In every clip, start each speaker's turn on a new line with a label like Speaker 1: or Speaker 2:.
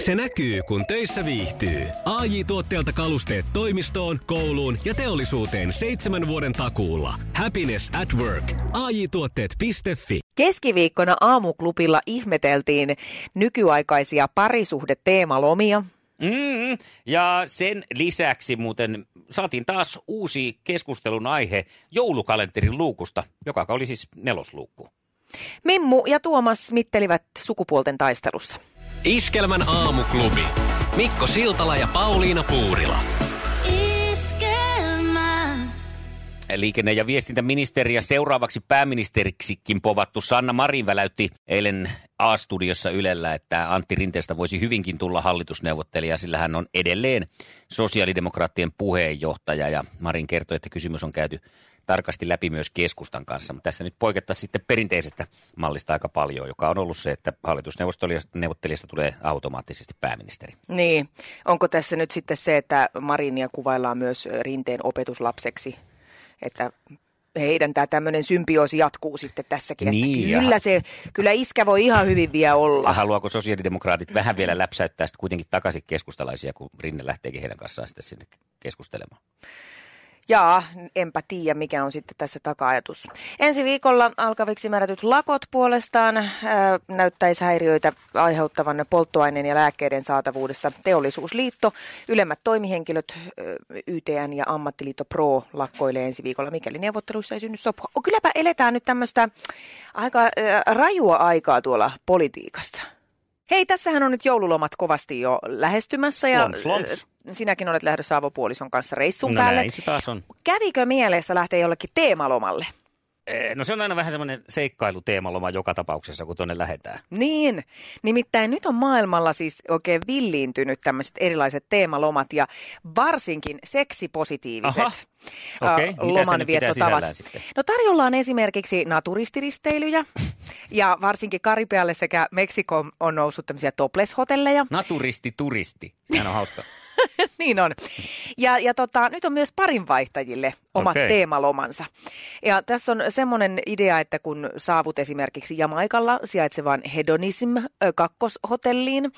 Speaker 1: Se näkyy, kun töissä viihtyy. ai tuotteelta kalusteet toimistoon, kouluun ja teollisuuteen seitsemän vuoden takuulla. Happiness at work. ai tuotteetfi
Speaker 2: Keskiviikkona aamuklubilla ihmeteltiin nykyaikaisia parisuhdeteemalomia.
Speaker 3: Mm, ja sen lisäksi muuten saatiin taas uusi keskustelun aihe joulukalenterin luukusta, joka oli siis nelosluukku.
Speaker 2: Mimmu ja Tuomas mittelivät sukupuolten taistelussa.
Speaker 1: Iskelmän aamuklubi. Mikko Siltala ja Pauliina Puurila.
Speaker 4: Iskelmä.
Speaker 3: Liikenne- ja viestintäministeri ja seuraavaksi pääministeriksikin povattu Sanna Marin väläytti eilen A-studiossa Ylellä, että Antti Rinteestä voisi hyvinkin tulla hallitusneuvottelija, sillä hän on edelleen sosiaalidemokraattien puheenjohtaja. Ja Marin kertoi, että kysymys on käyty tarkasti läpi myös keskustan kanssa. Mutta tässä nyt poikettaisiin sitten perinteisestä mallista aika paljon, joka on ollut se, että hallitusneuvottelijasta tulee automaattisesti pääministeri.
Speaker 2: Niin, onko tässä nyt sitten se, että Marinia kuvaillaan myös rinteen opetuslapseksi, että heidän tämä tämmöinen symbioosi jatkuu sitten tässäkin.
Speaker 3: Niin,
Speaker 2: että kyllä,
Speaker 3: jaha.
Speaker 2: se, kyllä iskä voi ihan hyvin vielä olla.
Speaker 3: Haluaako sosiaalidemokraatit vähän vielä läpsäyttää sitten kuitenkin takaisin keskustalaisia, kun Rinne lähteekin heidän kanssaan sitten sinne keskustelemaan?
Speaker 2: Jaa, enpä tiedä mikä on sitten tässä taka-ajatus. Ensi viikolla alkaviksi määrätyt lakot puolestaan äh, näyttäisi häiriöitä aiheuttavan polttoaineen ja lääkkeiden saatavuudessa. Teollisuusliitto, ylemmät toimihenkilöt, äh, YTN ja ammattiliitto Pro lakkoilee ensi viikolla, mikäli neuvotteluissa ei synny sopua. O, kylläpä eletään nyt tämmöistä aika äh, rajua aikaa tuolla politiikassa. Hei, tässähän on nyt joululomat kovasti jo lähestymässä ja
Speaker 3: Loms, loms.
Speaker 2: äh, sinäkin olet lähdössä avopuolison kanssa reissun
Speaker 3: no
Speaker 2: päälle.
Speaker 3: näin se taas on.
Speaker 2: Kävikö mielessä lähteä jollekin teemalomalle?
Speaker 3: Eh, No se on aina vähän semmoinen seikkailuteemaloma joka tapauksessa, kun tuonne lähetään.
Speaker 2: Niin, nimittäin nyt on maailmalla siis oikein villiintynyt tämmöiset erilaiset teemalomat ja varsinkin seksipositiiviset
Speaker 3: Aha.
Speaker 2: ä,
Speaker 3: Okei, mitä se nyt pitää sisällään sitten?
Speaker 2: No tarjolla on esimerkiksi naturistiristeilyjä ja varsinkin Karibialle sekä Meksikoon on noussut tämmöisiä topless-hotelleja.
Speaker 3: Naturisti, turisti. Sehän on hauska.
Speaker 2: niin on. Ja, ja tota, nyt on myös parinvaihtajille omat okay.
Speaker 3: Okei.
Speaker 2: teemalomansa. Ja tässä on semmoinen idea, että kun saavut esimerkiksi Jamaikalla sijaitsevaan Hedonism ö, kakkoshotelliin,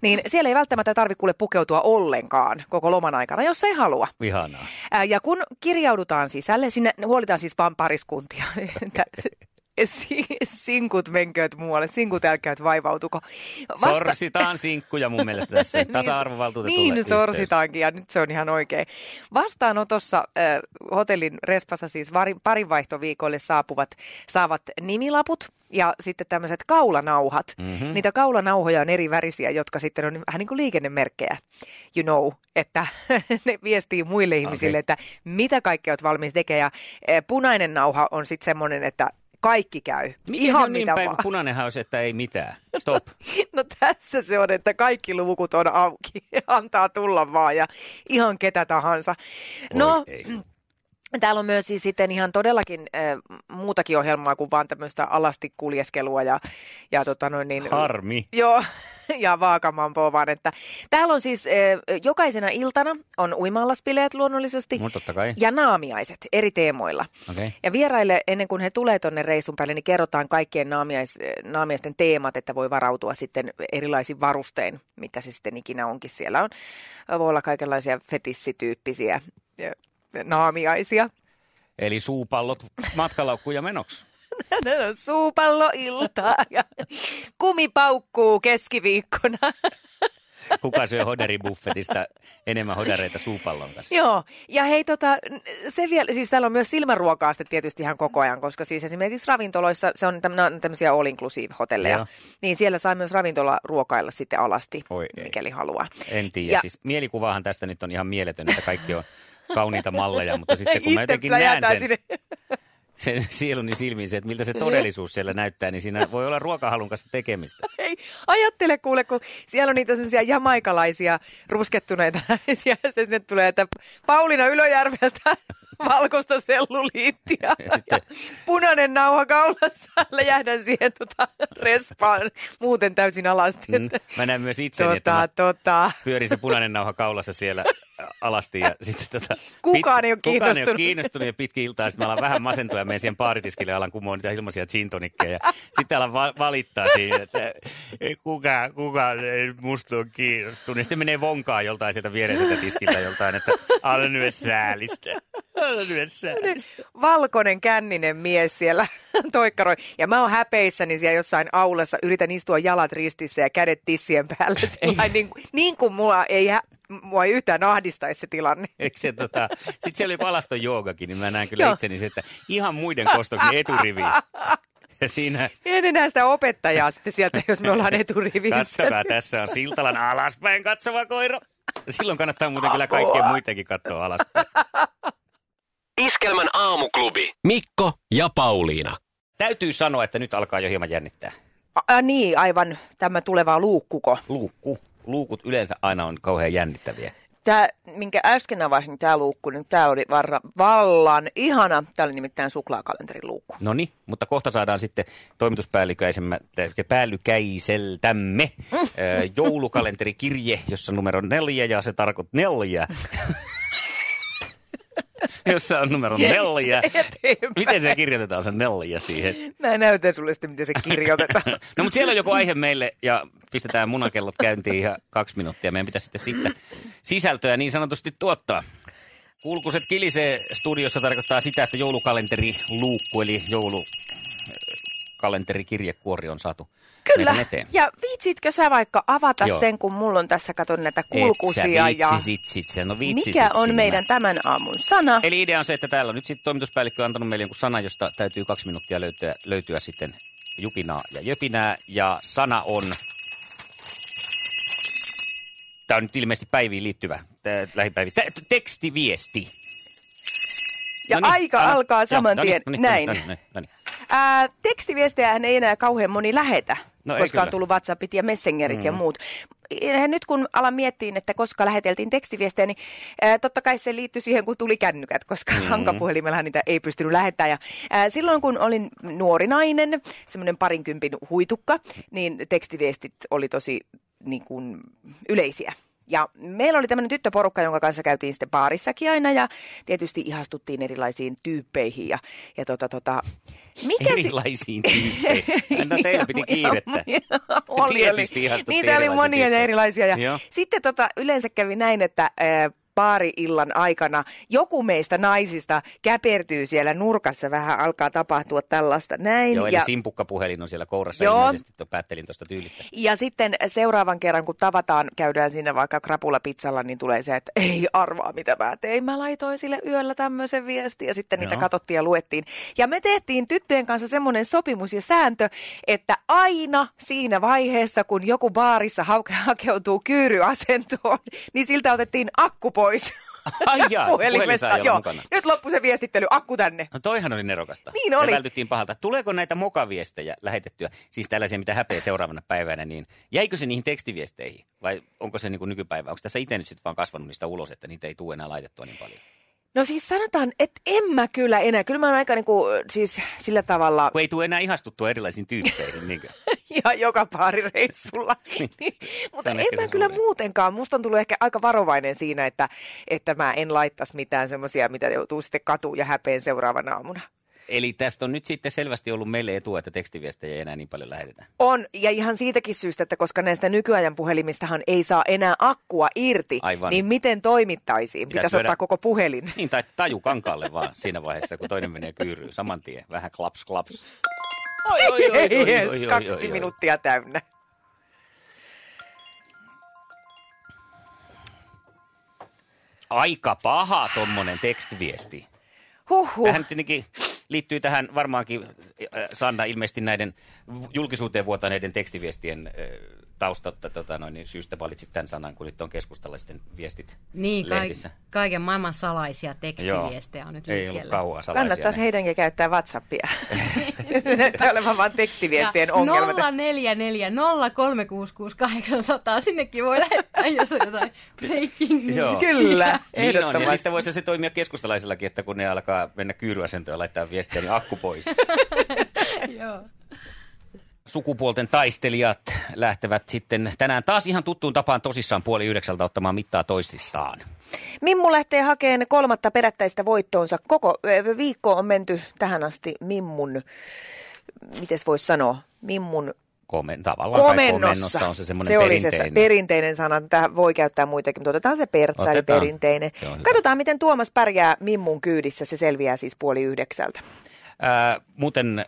Speaker 2: niin siellä ei välttämättä tarvitse kuule pukeutua ollenkaan koko loman aikana, jos ei halua.
Speaker 3: Ihanaa.
Speaker 2: Ää, Ja kun kirjaudutaan sisälle, sinne huolitaan siis vain pariskuntia. Että si- Sinkut menkööt muualle, sinkut älkööt vaivautuko.
Speaker 3: Sorsitaan sinkkuja mun mielestä tässä. Niin Tasa-arvovaltuutetulle
Speaker 2: Niin,
Speaker 3: yhteys.
Speaker 2: sorsitaankin ja nyt se on ihan oikein. Vastaanotossa äh, hotellin respassa siis varin, parinvaihtoviikoille saapuvat saavat nimilaput ja sitten tämmöiset kaulanauhat.
Speaker 3: Mhm.
Speaker 2: Mm-hmm. Niitä kaulanauhoja on eri värisiä, jotka sitten on vähän niin kuin liikennemerkkejä, you know, että ne viestii muille ihmisille, että mitä kaikkea olet valmis tekemään. Ja äh, punainen nauha on sitten semmoinen, että kaikki käy.
Speaker 3: Miten se
Speaker 2: Ihan
Speaker 3: on niin
Speaker 2: mitä
Speaker 3: päin, kun
Speaker 2: vaan.
Speaker 3: punainenhan on se, että ei mitään. Stop.
Speaker 2: No tässä se on, että kaikki luvut on auki. Antaa tulla vaan ja ihan ketä tahansa. No,
Speaker 3: Oi, ei.
Speaker 2: täällä on myös siis sitten ihan todellakin äh, muutakin ohjelmaa kuin vaan tämmöistä alasti kuljeskelua ja, ja tota noin niin...
Speaker 3: Harmi.
Speaker 2: Joo, ja vaakamampoa vaan, että täällä on siis äh, jokaisena iltana on uimaallaspileet luonnollisesti.
Speaker 3: No, totta kai.
Speaker 2: Ja naamiaiset eri teemoilla.
Speaker 3: Okei.
Speaker 2: Ja vieraille ennen kuin he tulee tuonne reissun päälle, niin kerrotaan kaikkien naamiais, naamiaisten teemat, että voi varautua sitten erilaisin varustein, mitä se sitten ikinä onkin. Siellä on, voi olla kaikenlaisia fetissityyppisiä ö, naamiaisia.
Speaker 3: Eli suupallot matkalaukkuja menoksi.
Speaker 2: Tänään on suupalloiltaa ja kumipaukkuu keskiviikkona.
Speaker 3: Kuka syö hoderibuffetista enemmän hodareita suupallon kanssa?
Speaker 2: Joo, ja hei tota, n- se vielä, siis täällä on myös silmänruokaa sitten tietysti ihan koko ajan, koska siis esimerkiksi ravintoloissa, se on täm- nää on tämmöisiä all inclusive hotelleja,
Speaker 3: Joo.
Speaker 2: niin siellä saa myös ravintola ruokailla sitten alasti,
Speaker 3: Oi ei.
Speaker 2: mikäli haluaa.
Speaker 3: En
Speaker 2: Ja-
Speaker 3: tiedä. Ja. Siis mielikuvahan tästä nyt on ihan mieletön, että kaikki on kauniita malleja, mutta sitten kun mä
Speaker 2: Itse
Speaker 3: jotenkin näen
Speaker 2: pläjätään
Speaker 3: sen, sinne. sen sieluni silmiin, se, että miltä se todellisuus siellä näyttää, niin siinä voi olla ruokahalun kanssa tekemistä.
Speaker 2: Ei, ajattele kuule, kun siellä on niitä semmoisia jamaikalaisia ruskettuneita naisia, ja sitten sinne tulee, että Pauliina Ylöjärveltä valkoista selluliittia ja punainen nauha kaulassa, läjähdän siihen tota respaan muuten täysin alasti.
Speaker 3: Mm.
Speaker 2: Että,
Speaker 3: Mä näen myös itseni, että
Speaker 2: tota,
Speaker 3: mä
Speaker 2: tota.
Speaker 3: pyörin se punainen nauha kaulassa siellä alasti ja sitten tota,
Speaker 2: Kukaan ei ole
Speaker 3: Kukaan ei ole
Speaker 2: kiinnostunut.
Speaker 3: kiinnostunut ja pitkin iltaa. Sitten mä alan vähän masentua ja menen siihen baaritiskille ja alan kumoon niitä ilmaisia gin tonickeja. Sitten alan va- valittaa siihen, että ei kukaan, kukaan ei musta ole kiinnostunut. Ja sitten menee vonkaa joltain sieltä viereiseltä tiskiltä joltain, että ala nyt säälistä. Ala nyt säälistä.
Speaker 2: valkoinen känninen mies siellä toikkaroi. Ja mä oon häpeissäni siellä jossain aulassa, yritän istua jalat ristissä ja kädet tissien päällä. Sillä niin, niin kuin mua ei, hä- mua ei yhtään ahdistaisi se tilanne.
Speaker 3: Eikö se, tota, sitten siellä oli joku alaston joogakin, niin mä näen kyllä
Speaker 2: Joo.
Speaker 3: itseni se, että ihan muiden kostoksi eturivi. Ja siinä
Speaker 2: En enää sitä opettajaa sitten sieltä, jos me ollaan eturivissä.
Speaker 3: Katsokaa, tässä on Siltalan alaspäin katsova koira. Silloin kannattaa muuten kyllä kaikkien muitakin katsoa alaspäin.
Speaker 1: Iskelmän aamuklubi. Mikko ja Pauliina.
Speaker 3: Täytyy sanoa, että nyt alkaa jo hieman jännittää.
Speaker 2: A, a, niin, aivan tämä tuleva luukkuko.
Speaker 3: Luukku. Luukut yleensä aina on kauhean jännittäviä.
Speaker 2: Tämä, minkä äsken avasin, tämä luukku, niin tämä oli varra, vallan ihana. Tämä oli nimittäin suklaakalenterin luukku.
Speaker 3: No niin, mutta kohta saadaan sitten toimituspäällykäiseltämme mm. joulukalenterikirje, jossa numero on neljä ja se tarkoittaa neljä. jossa on numero neljä.
Speaker 2: Eteenpäin.
Speaker 3: Miten se kirjoitetaan se neljä siihen?
Speaker 2: Mä näytän sulle sitten, miten se kirjoitetaan.
Speaker 3: No mutta siellä on joku aihe meille ja pistetään munakellot käyntiin ihan kaksi minuuttia. Meidän pitäisi sitten siitä sisältöä niin sanotusti tuottaa. Kulkuset kilisee studiossa tarkoittaa sitä, että joulukalenteri luukku eli joulukalenterikirjekuori on saatu
Speaker 2: Kyllä.
Speaker 3: meidän eteen.
Speaker 2: Ja viitsitkö sä vaikka avata
Speaker 3: Joo.
Speaker 2: Joo. sen, kun mulla on tässä, katon näitä
Speaker 3: Et
Speaker 2: kulkusia.
Speaker 3: sä
Speaker 2: ja
Speaker 3: viitsisit sit sen. No viitsisit
Speaker 2: mikä on
Speaker 3: sinä.
Speaker 2: meidän tämän aamun sana?
Speaker 3: Eli idea on se, että täällä on nyt sitten toimituspäällikkö antanut meille jonkun sana, josta täytyy kaksi minuuttia löytyä, löytyä sitten jupinaa ja jöpinää. Ja sana on... Tämä on nyt ilmeisesti päiviin liittyvä, tää lähipäivi. Tää- tekstiviesti.
Speaker 2: ja
Speaker 3: Noniin,
Speaker 2: aika
Speaker 3: anna.
Speaker 2: alkaa
Speaker 3: no niin, Joo, no
Speaker 2: saman tien.
Speaker 3: niin, noniin, noniin,
Speaker 2: Näin.
Speaker 3: noniin, noniin, noniin.
Speaker 2: Ää, tekstiviestejähän ei enää kauhean moni lähetä,
Speaker 3: No
Speaker 2: no,
Speaker 3: ei
Speaker 2: koska
Speaker 3: kyllä.
Speaker 2: on tullut WhatsAppit ja Messengerit mm. ja muut. Ja Nyt kun alan miettiin, että koska läheteltiin tekstiviestejä, niin ää, totta kai se liittyi siihen, kun tuli kännykät, koska mm. hankapuhelimellahan niitä ei pystynyt lähettämään. Ja, ää, silloin kun olin nuori nainen, semmoinen parinkympin huitukka, niin tekstiviestit oli tosi niin kuin, yleisiä. Ja meillä oli tämmöinen tyttöporukka, jonka kanssa käytiin sitten baarissakin aina ja tietysti ihastuttiin erilaisiin tyyppeihin. Ja, ja tota, tota, mikä si-
Speaker 3: Erilaisiin tyyppeihin. No teillä piti kiirettä.
Speaker 2: Niin. oli,
Speaker 3: Tietysti
Speaker 2: oli.
Speaker 3: ihastuttiin
Speaker 2: Niitä oli
Speaker 3: erilaisiin
Speaker 2: monia ja
Speaker 3: tyyppeihin.
Speaker 2: erilaisia. Ja
Speaker 3: Joo.
Speaker 2: Sitten tota, yleensä kävi näin, että ää, baari-illan aikana joku meistä naisista käpertyy siellä nurkassa vähän, alkaa tapahtua tällaista näin.
Speaker 3: Joo, eli
Speaker 2: ja,
Speaker 3: simpukkapuhelin on siellä kourassa.
Speaker 2: Joo.
Speaker 3: Ilmeisesti tuo päättelin tuosta tyylistä.
Speaker 2: ja sitten seuraavan kerran, kun tavataan, käydään siinä vaikka krapulapizzalla, niin tulee se, että ei arvaa mitä mä tein. Mä laitoin sille yöllä tämmöisen viestin ja sitten niitä
Speaker 3: Joo.
Speaker 2: katsottiin ja luettiin. Ja me tehtiin tyttöjen kanssa semmoinen sopimus ja sääntö, että aina siinä vaiheessa, kun joku baarissa hauke- hakeutuu kyyryasentoon, niin siltä otettiin akku pois.
Speaker 3: Ai jaa, se puhelin saa olla
Speaker 2: Joo.
Speaker 3: mukana.
Speaker 2: Nyt loppu se viestittely, akku tänne.
Speaker 3: No toihan oli nerokasta.
Speaker 2: Niin
Speaker 3: Me
Speaker 2: oli.
Speaker 3: vältyttiin pahalta. Tuleeko näitä mokaviestejä lähetettyä, siis tällaisia, mitä häpeä seuraavana päivänä, niin jäikö se niihin tekstiviesteihin? Vai onko se niin kuin nykypäivä? Onko tässä itse nyt sitten vaan kasvanut niistä ulos, että niitä ei tule enää laitettua niin paljon?
Speaker 2: No siis sanotaan, että en mä kyllä enää. Kyllä mä oon aika niinku, siis sillä tavalla...
Speaker 3: Kun ei tule enää ihastuttua erilaisiin tyyppeihin. Niin
Speaker 2: ihan joka baarireissulla. Niin,
Speaker 3: Se
Speaker 2: Mutta
Speaker 3: on
Speaker 2: en
Speaker 3: ehkä
Speaker 2: mä
Speaker 3: se
Speaker 2: kyllä
Speaker 3: suurin.
Speaker 2: muutenkaan. Musta on tullut ehkä aika varovainen siinä, että, että mä en laittaisi mitään semmoisia, mitä joutuu sitten katuun ja häpeen seuraavana aamuna.
Speaker 3: Eli tästä on nyt sitten selvästi ollut meille etua, että tekstiviestejä ei enää niin paljon lähetetään.
Speaker 2: On, ja ihan siitäkin syystä, että koska näistä nykyajan puhelimistahan ei saa enää akkua irti,
Speaker 3: Aivan.
Speaker 2: niin miten toimittaisiin?
Speaker 3: Pitäisi
Speaker 2: Pitäisi,
Speaker 3: lyödä-
Speaker 2: ottaa koko puhelin.
Speaker 3: Niin, tai taju kankaalle vaan siinä vaiheessa, kun toinen menee kyyryyn saman tien. Vähän klaps, klaps. Oi, oi, oi, oi,
Speaker 2: Jees,
Speaker 3: oi, oi, oi,
Speaker 2: kaksi
Speaker 3: oi.
Speaker 2: minuuttia täynnä.
Speaker 3: Aika paha tommonen tekstiviesti.
Speaker 2: Huhhuh.
Speaker 3: Tähän nyt tietenkin liittyy tähän varmaankin, äh, Sanna, ilmeisesti näiden v- julkisuuteen vuotaneiden tekstiviestien äh, taustalta tota noin, niin syystä valitsit tämän sanan, kun nyt on keskustalaisten viestit
Speaker 4: Niin,
Speaker 3: lehdissä.
Speaker 4: kaik- kaiken maailman salaisia tekstiviestejä on nyt
Speaker 3: Ei ollut
Speaker 4: liikkeellä.
Speaker 3: kauaa salaisia.
Speaker 2: Kannattaisi
Speaker 3: näitä.
Speaker 2: heidänkin käyttää WhatsAppia. Se näyttää olevan vain tekstiviestien
Speaker 4: ja
Speaker 2: ongelma.
Speaker 4: 044 0366 800, sinnekin voi lähettää, jos on jotain breaking news.
Speaker 3: Joo.
Speaker 2: Kyllä,
Speaker 3: Niin on, ja
Speaker 2: ehdottomasti.
Speaker 3: sitten voisi se toimia keskustalaisillakin, että kun ne alkaa mennä kyyryasentoon ja laittaa viestiä, niin akku pois.
Speaker 4: Joo.
Speaker 3: sukupuolten taistelijat lähtevät sitten tänään taas ihan tuttuun tapaan tosissaan puoli yhdeksältä ottamaan mittaa toisissaan.
Speaker 2: Mimmu lähtee hakemaan kolmatta perättäistä voittoonsa. Koko ö, viikko on menty tähän asti Mimmun, miten voisi sanoa, Mimmun
Speaker 3: Komen, tavallaan kai
Speaker 2: komennossa.
Speaker 3: on se semmoinen
Speaker 2: se oli se
Speaker 3: perinteinen.
Speaker 2: sa- perinteinen sana. Tähän voi käyttää muitakin, mutta otetaan se pertsa, eli
Speaker 3: Otetaan.
Speaker 2: perinteinen.
Speaker 3: Se on hyvä.
Speaker 2: Katsotaan, miten Tuomas pärjää Mimmun kyydissä. Se selviää siis puoli yhdeksältä.
Speaker 3: Ää, muuten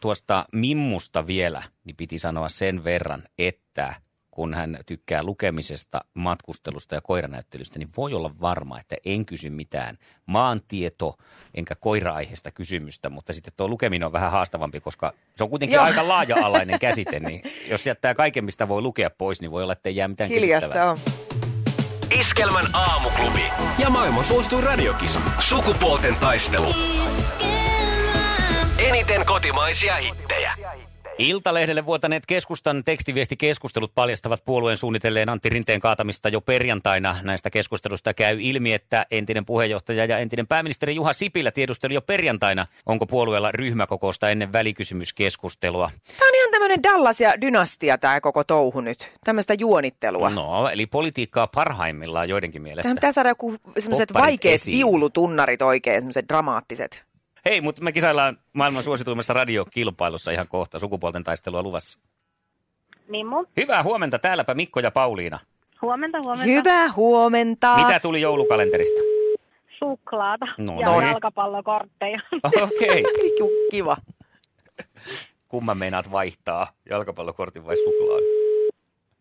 Speaker 3: tuosta Mimmusta vielä, niin piti sanoa sen verran, että kun hän tykkää lukemisesta, matkustelusta ja koiranäyttelystä, niin voi olla varma, että en kysy mitään maantieto- enkä koira-aiheista kysymystä, mutta sitten tuo lukeminen on vähän haastavampi, koska se on kuitenkin
Speaker 2: Joo.
Speaker 3: Joo. aika laaja-alainen käsite, niin jos jättää kaiken, mistä voi lukea pois, niin voi olla, että ei jää mitään
Speaker 2: Hiljasta
Speaker 3: kysyttävää.
Speaker 2: on.
Speaker 1: Iskelmän aamuklubi. Ja maailman suosituin radiokisa. Sukupuolten taistelu. Eniten kotimaisia hittejä.
Speaker 3: Iltalehdelle vuotaneet keskustan tekstiviestikeskustelut paljastavat puolueen suunnitelleen Antti Rinteen kaatamista jo perjantaina. Näistä keskustelusta käy ilmi, että entinen puheenjohtaja ja entinen pääministeri Juha Sipilä tiedusteli jo perjantaina, onko puolueella ryhmäkokousta ennen välikysymyskeskustelua.
Speaker 2: Tämä on ihan tämmöinen Dallas ja dynastia tämä koko touhu nyt. Tämmöistä juonittelua.
Speaker 3: No, eli politiikkaa parhaimmillaan
Speaker 2: Tähän
Speaker 3: joidenkin mielestä.
Speaker 2: pitää saada joku semmoiset
Speaker 3: Popparit
Speaker 2: vaikeat
Speaker 3: esiin.
Speaker 2: viulutunnarit oikein, semmoiset dramaattiset.
Speaker 3: Hei, mutta me kisaillaan maailman suosituimmassa radiokilpailussa ihan kohta. Sukupuolten taistelua luvassa.
Speaker 5: Mimmu,
Speaker 3: Hyvää huomenta, täälläpä Mikko ja Pauliina.
Speaker 5: huomenta, huomenta.
Speaker 2: Hyvää huomenta.
Speaker 3: Mitä tuli joulukalenterista?
Speaker 5: Suklaata
Speaker 3: No
Speaker 5: ja
Speaker 3: niin.
Speaker 5: jalkapallokortteja.
Speaker 3: Okei. Okay.
Speaker 2: Ju- Kiva.
Speaker 3: Kumman meinaat vaihtaa, jalkapallokortin vai suklaan?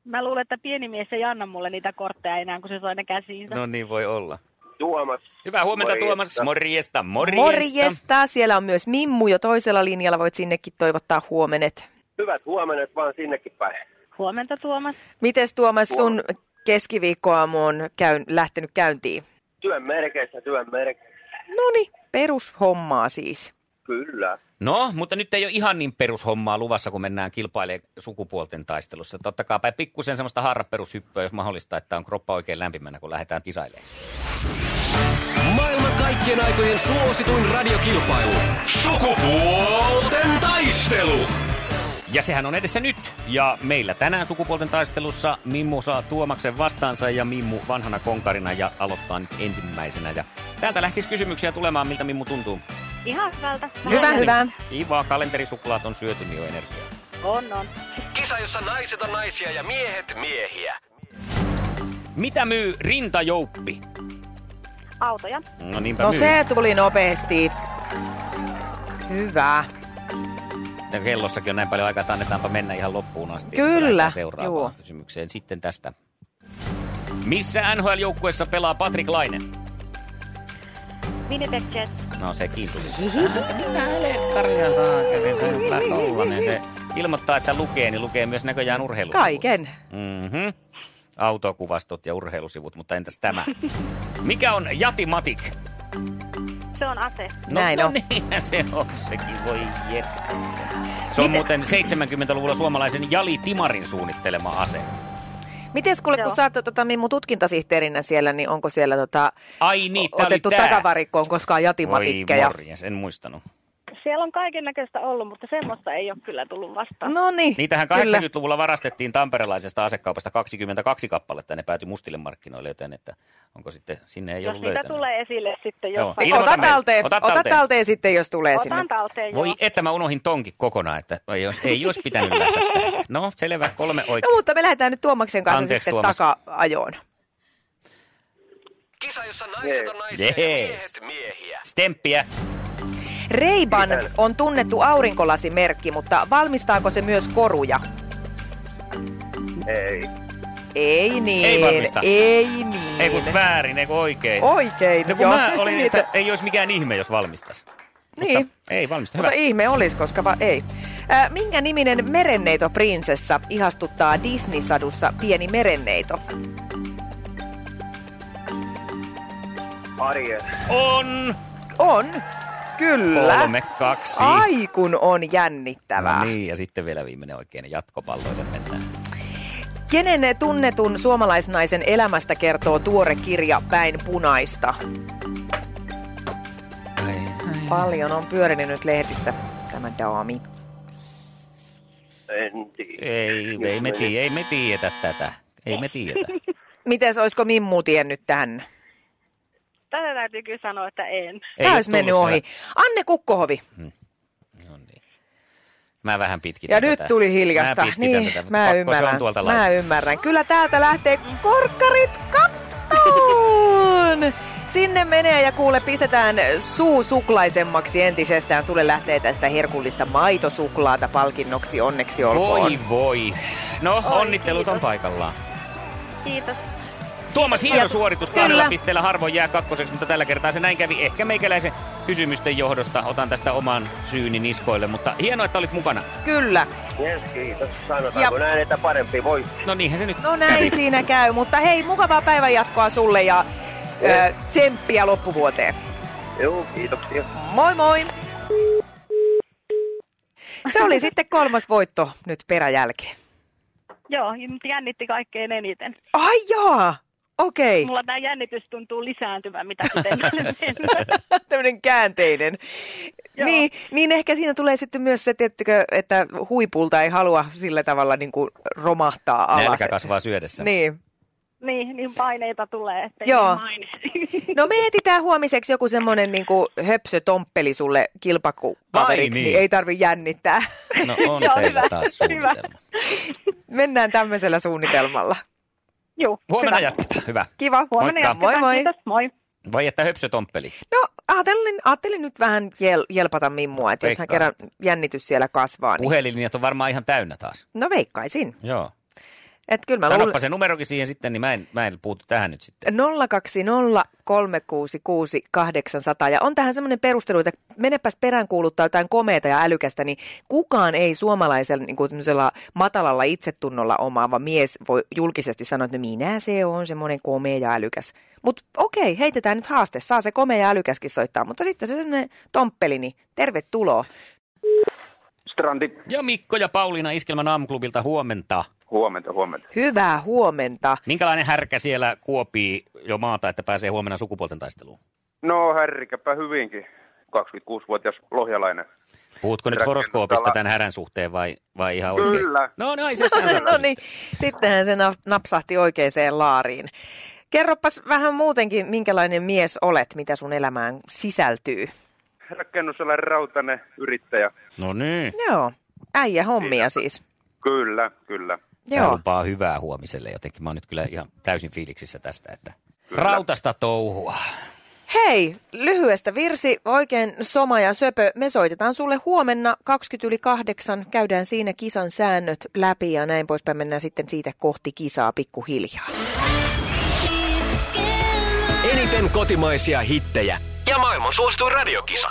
Speaker 5: Mä luulen, että pieni mies ei anna mulle niitä kortteja enää, kun se saa ne käsiinsä.
Speaker 3: No niin voi olla.
Speaker 6: Tuomas.
Speaker 3: Hyvää huomenta
Speaker 6: Morjesta.
Speaker 3: Tuomas, morjesta, morjesta.
Speaker 2: Morjesta. Siellä on myös Mimmu jo toisella linjalla. Voit sinnekin toivottaa huomenet.
Speaker 6: Hyvät huomenet vaan sinnekin päin.
Speaker 5: Huomenta Tuomas.
Speaker 2: Mites Tuomas sun keskiviikkoaamu on käyn, lähtenyt käyntiin?
Speaker 6: Työn merkeissä, työn merkeissä.
Speaker 2: Noni, perushommaa siis.
Speaker 6: Kyllä.
Speaker 3: No, mutta nyt ei ole ihan niin perushommaa luvassa, kun mennään kilpailemaan sukupuolten taistelussa. Totta kai päin pikkusen semmoista harraperushyppyä, jos mahdollista, että on kroppa oikein lämpimänä, kun lähdetään kisailemaan.
Speaker 1: Maailman kaikkien aikojen suosituin radiokilpailu. Sukupuolten taistelu.
Speaker 3: Ja sehän on edessä nyt. Ja meillä tänään sukupuolten taistelussa Mimmu saa Tuomaksen vastaansa ja Mimmu vanhana konkarina ja aloittaa nyt ensimmäisenä. Ja täältä lähtisi kysymyksiä tulemaan, miltä Mimmu tuntuu.
Speaker 5: Ihan hyvältä.
Speaker 2: Hyvä,
Speaker 5: Vähän-
Speaker 2: hyvä.
Speaker 3: Kiva, kalenterisuklaat on syöty, niin on energiaa.
Speaker 5: On, on.
Speaker 1: Kisa, jossa naiset on naisia ja miehet miehiä.
Speaker 3: Mitä myy rintajouppi?
Speaker 5: Autoja.
Speaker 3: No niinpä
Speaker 2: No
Speaker 3: myy.
Speaker 2: se tuli nopeasti. Hyvä.
Speaker 3: Ja Kellossakin on näin paljon aikaa, että annetaanpa mennä ihan loppuun asti.
Speaker 2: Kyllä,
Speaker 3: Lähdetään Seuraavaan
Speaker 2: juu.
Speaker 3: kysymykseen sitten tästä. Missä NHL-joukkuessa pelaa Patrick Laine?
Speaker 5: Winnipeg Jets.
Speaker 3: No sekin tuli. Mitä helekkaria saa se, se ilmoittaa, että lukee, niin lukee myös näköjään urheilusivut.
Speaker 2: Kaiken.
Speaker 3: Mm-hmm. Autokuvastot ja urheilusivut, mutta entäs tämä? Mikä on jatimatik?
Speaker 5: Se on ase.
Speaker 3: No,
Speaker 2: Näin
Speaker 3: no
Speaker 2: on.
Speaker 3: Niin, se on sekin, voi jes. Se on muuten 70-luvulla suomalaisen Jali Timarin suunnittelema ase.
Speaker 2: Mites kuule, kun
Speaker 5: Joo.
Speaker 2: sä oot tota, Mimmu tutkintasihteerinä siellä, niin onko siellä tota,
Speaker 3: Ai niin, tää
Speaker 2: otettu
Speaker 3: oli tää.
Speaker 2: takavarikkoon koskaan
Speaker 3: Voi
Speaker 2: jatimatikkeja?
Speaker 3: morjes, en muistanut.
Speaker 5: Siellä on kaiken näköistä ollut, mutta semmoista ei ole kyllä tullut vastaan.
Speaker 2: No niin,
Speaker 3: Niitähän
Speaker 2: kyllä.
Speaker 3: 80-luvulla varastettiin tamperelaisesta asekaupasta 22 kappaletta. Ne päätyi mustille markkinoille, joten että onko sitten, sinne ei
Speaker 5: Jos
Speaker 3: ollut
Speaker 5: niitä
Speaker 3: löytänyt.
Speaker 5: No tulee esille sitten
Speaker 3: Joo.
Speaker 5: jossain.
Speaker 3: Ilmoita
Speaker 2: Ota
Speaker 3: meille.
Speaker 2: talteen,
Speaker 3: Ota e-
Speaker 2: ota talteen.
Speaker 3: talteen.
Speaker 2: sitten, jos tulee sinne.
Speaker 5: Otan talteen,
Speaker 3: Voi e-
Speaker 5: joo.
Speaker 3: että mä unohin tonkin kokonaan, että ei olisi, ei olisi pitänyt lähteä. No selvä, kolme
Speaker 2: No
Speaker 3: oikein.
Speaker 2: mutta me lähdetään nyt Tuomaksen kanssa
Speaker 3: Anteeksi,
Speaker 2: sitten
Speaker 3: Tuomas.
Speaker 2: taka-ajoon.
Speaker 1: Kisa, jossa naiset on naisia ja
Speaker 3: Jees.
Speaker 1: miehet miehiä.
Speaker 3: Stemppiä.
Speaker 2: Reiban on tunnettu aurinkolasimerkki, mutta valmistaako se myös koruja?
Speaker 6: Ei.
Speaker 2: Ei niin.
Speaker 3: Ei valmista.
Speaker 2: Ei niin.
Speaker 3: Ei kun väärin, ei kun oikein.
Speaker 2: Oikein.
Speaker 3: No kun
Speaker 2: joo.
Speaker 3: mä olin,
Speaker 2: Niitä-
Speaker 3: että ei olisi mikään ihme, jos valmistas.
Speaker 2: niin.
Speaker 3: Mutta ei valmista, hyvä.
Speaker 2: Mutta ihme olisi, koska va- ei. Äh, minkä niminen merenneito prinsessa ihastuttaa Disney-sadussa pieni merenneito?
Speaker 6: Arjen.
Speaker 3: On
Speaker 2: On. Kyllä.
Speaker 3: kolme, kaksi.
Speaker 2: Ai kun on jännittävää.
Speaker 3: No niin, ja sitten vielä viimeinen oikein niin jatkopalloille mennään.
Speaker 2: Kenen tunnetun suomalaisnaisen elämästä kertoo tuore kirja Päin punaista? Paljon on pyörinyt lehdissä tämä daami.
Speaker 6: En tiedä.
Speaker 3: Ei, ei me, tii, ei me tiedetä tätä. Ei me tiedetä.
Speaker 2: Mites, olisiko Mimmu tiennyt tämän?
Speaker 5: Tätä täytyy kyllä sanoa, että en.
Speaker 3: Ei
Speaker 2: Tämä
Speaker 3: oo
Speaker 2: olisi mennyt
Speaker 3: tullut
Speaker 2: ohi. Anne Kukkohovi.
Speaker 3: sitä. No niin. Mä vähän pitkitän
Speaker 2: Ja
Speaker 3: tätä.
Speaker 2: nyt tuli hiljasta.
Speaker 3: Mä pitkitän
Speaker 2: niin,
Speaker 3: tätä, mutta
Speaker 2: mä
Speaker 3: pakko Se
Speaker 2: ymmärrän.
Speaker 3: on tuolta
Speaker 2: Mä
Speaker 3: laittaa.
Speaker 2: ymmärrän. Kyllä täältä lähtee korkkarit kattoon. Sinne menee ja kuule, pistetään suu suklaisemmaksi entisestään. Sulle lähtee tästä herkullista maitosuklaata palkinnoksi, onneksi olkoon.
Speaker 3: Voi voi. No, onnittelut on paikallaan.
Speaker 5: Kiitos.
Speaker 3: Tuomas hieno
Speaker 2: Ja-
Speaker 3: suoritus
Speaker 2: Kyllä.
Speaker 3: kahdella pisteellä harvoin jää kakkoseksi, mutta tällä kertaa se näin kävi ehkä meikäläisen kysymysten johdosta. Otan tästä oman syyni niskoille, mutta hienoa, että olit mukana.
Speaker 2: Kyllä.
Speaker 6: Jes, kiitos. Sanotaanko
Speaker 2: Ja-
Speaker 6: näin, että parempi voi.
Speaker 3: No niinhän se nyt
Speaker 2: No näin
Speaker 3: kävi.
Speaker 2: siinä käy. Mutta hei, mukavaa päivän jatkoa sulle ja ö, tsemppiä loppuvuoteen.
Speaker 6: Joo, kiitoksia.
Speaker 2: Moi moi! Se oli sitten kolmas voitto nyt peräjälkeen.
Speaker 5: Joo, mutta jännitti kaikkein eniten.
Speaker 2: Ai jaa! Okei.
Speaker 5: Mulla tämä jännitys tuntuu lisääntyvän, mitä pitemmälle mennään.
Speaker 2: Tämmöinen käänteinen.
Speaker 5: Joo.
Speaker 2: Niin, niin ehkä siinä tulee sitten myös se, tiettykö, että huipulta ei halua sillä tavalla niin kuin romahtaa alas.
Speaker 3: Nälkä kasvaa syödessä.
Speaker 2: Niin.
Speaker 5: Niin, niin paineita tulee, ettei niin
Speaker 2: Joo.
Speaker 5: Joo.
Speaker 2: No me etsitään huomiseksi joku semmoinen niin kuin höpsötomppeli sulle kilpakukaveriksi,
Speaker 3: Vai
Speaker 2: niin.
Speaker 3: niin?
Speaker 2: niin ei tarvi jännittää.
Speaker 3: No on
Speaker 5: Joo,
Speaker 3: teillä
Speaker 5: hyvä,
Speaker 3: taas
Speaker 5: hyvä.
Speaker 3: suunnitelma.
Speaker 2: Mennään tämmöisellä suunnitelmalla.
Speaker 5: Joo,
Speaker 3: Huomenna
Speaker 5: hyvä.
Speaker 3: jatketaan. Hyvä.
Speaker 2: Kiva.
Speaker 5: Huomenna
Speaker 3: Moikka.
Speaker 5: jatketaan.
Speaker 2: Moi moi.
Speaker 5: Kiitos, moi.
Speaker 3: Vai että höpsötomppeli.
Speaker 2: No ajattelin, ajattelin nyt vähän jel, jelpata Mimmua, että jos hän
Speaker 3: Veikkaa.
Speaker 2: kerran jännitys siellä kasvaa. Niin...
Speaker 3: Puhelinlinjat on varmaan ihan täynnä taas.
Speaker 2: No veikkaisin.
Speaker 3: Joo.
Speaker 2: Että kyllä mä
Speaker 3: Sanoppa
Speaker 2: luulen...
Speaker 3: se numerokin siihen sitten, niin mä en, mä en puutu tähän nyt sitten.
Speaker 2: 020 366 800. Ja on tähän semmoinen perustelu, että menepäs peräänkuuluttaa jotain komeita ja älykästä, niin kukaan ei suomalaisella niin kuin tämmöisellä matalalla itsetunnolla omaava mies voi julkisesti sanoa, että no minä se on semmoinen komea ja älykäs. Mutta okei, heitetään nyt haaste. Saa se komea ja älykäskin soittaa, mutta sitten se semmoinen tomppeli, niin tervetuloa.
Speaker 7: Strandit,
Speaker 3: Ja Mikko ja Pauliina Iskelmän aamuklubilta huomenta.
Speaker 7: huomenta, huomenta.
Speaker 2: Hyvää huomenta.
Speaker 3: Minkälainen härkä siellä kuopii jo maata, että pääsee huomenna sukupuolten taisteluun?
Speaker 7: No härkäpä hyvinkin. 26-vuotias lohjalainen.
Speaker 3: Puhutko nyt
Speaker 7: Rakennetaan
Speaker 3: horoskoopista
Speaker 7: la-
Speaker 3: tämän härän suhteen vai, vai ihan
Speaker 7: Kyllä.
Speaker 3: oikeasti? No, no, ei se sitä
Speaker 2: no niin, sittenhän se nap- napsahti oikeaan laariin. Kerropas vähän muutenkin, minkälainen mies olet, mitä sun elämään sisältyy.
Speaker 7: Rakennusalan rautainen yrittäjä.
Speaker 3: No niin.
Speaker 2: Joo, äijä hommia siis.
Speaker 7: Kyllä, kyllä.
Speaker 3: Joo.
Speaker 2: Joo,
Speaker 3: lupaa hyvää huomiselle jotenkin. Mä oon nyt kyllä ihan täysin fiiliksissä tästä, että rautasta touhua.
Speaker 2: hei, lyhyestä virsi, oikein soma ja söpö. Me soitetaan sulle huomenna 20 yli 8, käydään siinä kisan säännöt läpi ja näin poispäin mennään sitten siitä kohti kisaa pikkuhiljaa.
Speaker 1: Eniten kotimaisia hittejä ja maailman suosituin radiokisa.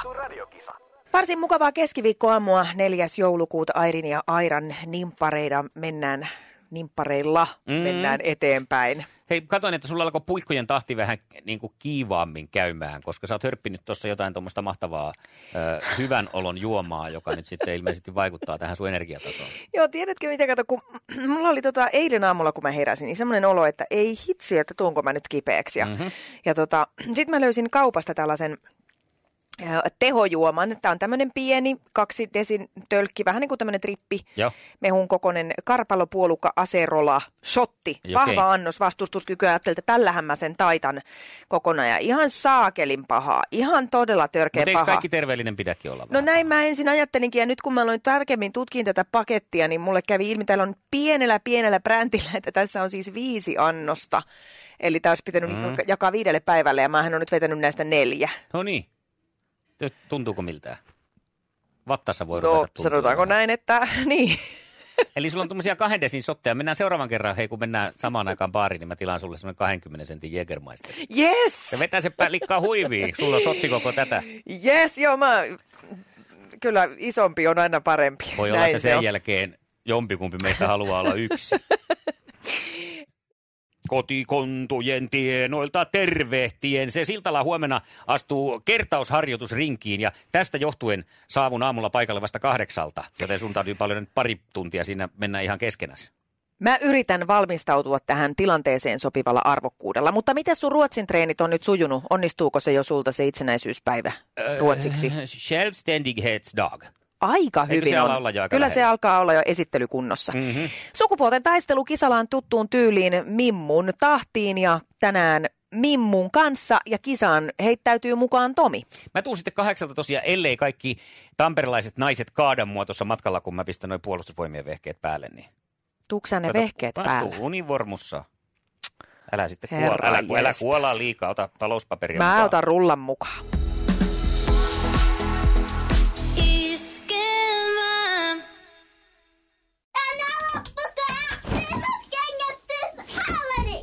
Speaker 2: Varsin mukavaa keskiviikkoaamua 4. joulukuuta Airin ja Airan nimppareida mennään, nimppareilla mm. mennään eteenpäin.
Speaker 3: Hei, katoin, että sulla alkoi puikkojen tahti vähän niin kuin kiivaammin käymään, koska sä oot hörppinyt tuossa jotain tuommoista mahtavaa ö, hyvän olon juomaa, joka nyt sitten ilmeisesti vaikuttaa tähän sun energiatasoon.
Speaker 2: Joo, tiedätkö mitä, kato, kun mulla oli tota, eilen aamulla, kun mä heräsin, niin semmoinen olo, että ei hitsi, että tuunko mä nyt kipeäksi. Ja, mm-hmm. ja tota, sit mä löysin kaupasta tällaisen ö, tehojuoman. Tämä on tämmöinen pieni, kaksi desin tölkki, vähän niin kuin tämmöinen trippi.
Speaker 3: Joo.
Speaker 2: mehun kokoinen karpalopuolukka aserola shotti.
Speaker 3: Okei.
Speaker 2: Vahva annos vastustuskykyä. Ajattelin, että tällähän mä sen taitan kokonaan. Ja ihan saakelin pahaa. Ihan todella törkeä
Speaker 3: Mutta eikö
Speaker 2: pahaa.
Speaker 3: kaikki terveellinen pidäkin olla?
Speaker 2: No
Speaker 3: vähän?
Speaker 2: näin mä ensin ajattelinkin ja nyt kun mä aloin tarkemmin tutkin tätä pakettia, niin mulle kävi ilmi, täällä on pienellä pienellä brändillä, että tässä on siis viisi annosta. Eli tämä olisi pitänyt mm. jakaa viidelle päivälle ja mähän on nyt vetänyt näistä neljä.
Speaker 3: No niin. Tö- Tuntuuko miltään? Vattassa voi
Speaker 2: No
Speaker 3: ruveta tuntua.
Speaker 2: sanotaanko näin, että niin.
Speaker 3: Eli sulla on tuommoisia kahden desin sotteja. Mennään seuraavan kerran, hei kun mennään samaan aikaan baariin, niin mä tilaan sulle semmoinen 20 sentin Jägermeister.
Speaker 2: Yes!
Speaker 3: Ja vetää se pää- likkaa huiviin. Sulla on sotti koko tätä.
Speaker 2: Yes, joo mä... Kyllä isompi on aina parempi.
Speaker 3: Voi olla,
Speaker 2: Näin
Speaker 3: että
Speaker 2: se
Speaker 3: sen
Speaker 2: on.
Speaker 3: jälkeen jompikumpi meistä haluaa olla yksi. Kotikontujen tienoilta tervehtien. Se siltala huomenna astuu kertausharjoitusrinkiin ja tästä johtuen saavun aamulla paikalle vasta kahdeksalta. Joten sun täytyy paljon nyt pari tuntia siinä mennä ihan keskenäs.
Speaker 2: Mä yritän valmistautua tähän tilanteeseen sopivalla arvokkuudella, mutta miten sun ruotsin treenit on nyt sujunut?
Speaker 3: Öö,
Speaker 2: Onnistuuko se jo sulta se itsenäisyyspäivä ruotsiksi?
Speaker 3: Selvständighetsdag.
Speaker 2: aika
Speaker 3: Eikö
Speaker 2: hyvin
Speaker 3: se ala
Speaker 2: on.
Speaker 3: olla jo aika
Speaker 2: Kyllä se
Speaker 3: lähellä?
Speaker 2: alkaa olla jo esittelykunnossa.
Speaker 3: Mm-hmm.
Speaker 2: Sukupuolten taistelu kisalaan tuttuun tyyliin Mimmun tahtiin ja tänään Mimmun kanssa ja kisaan heittäytyy mukaan Tomi.
Speaker 3: Mä tuun sitten kahdeksalta tosiaan, ellei kaikki tamperelaiset naiset kaada mua tuossa matkalla, kun mä pistän noin puolustusvoimien vehkeet päälle. Niin.
Speaker 2: Tuksaan ne
Speaker 3: Kato,
Speaker 2: vehkeet
Speaker 3: mä
Speaker 2: päällä.
Speaker 3: tuun univormussa. Älä sitten
Speaker 2: Herra
Speaker 3: kuola, älä, ku- älä
Speaker 2: jestas.
Speaker 3: kuola liikaa, ota talouspaperia
Speaker 2: Mä
Speaker 3: mukaan.
Speaker 2: otan rullan mukaan.
Speaker 8: Iskelmää. En halua pukea. Tismat kengät, tismat hallani.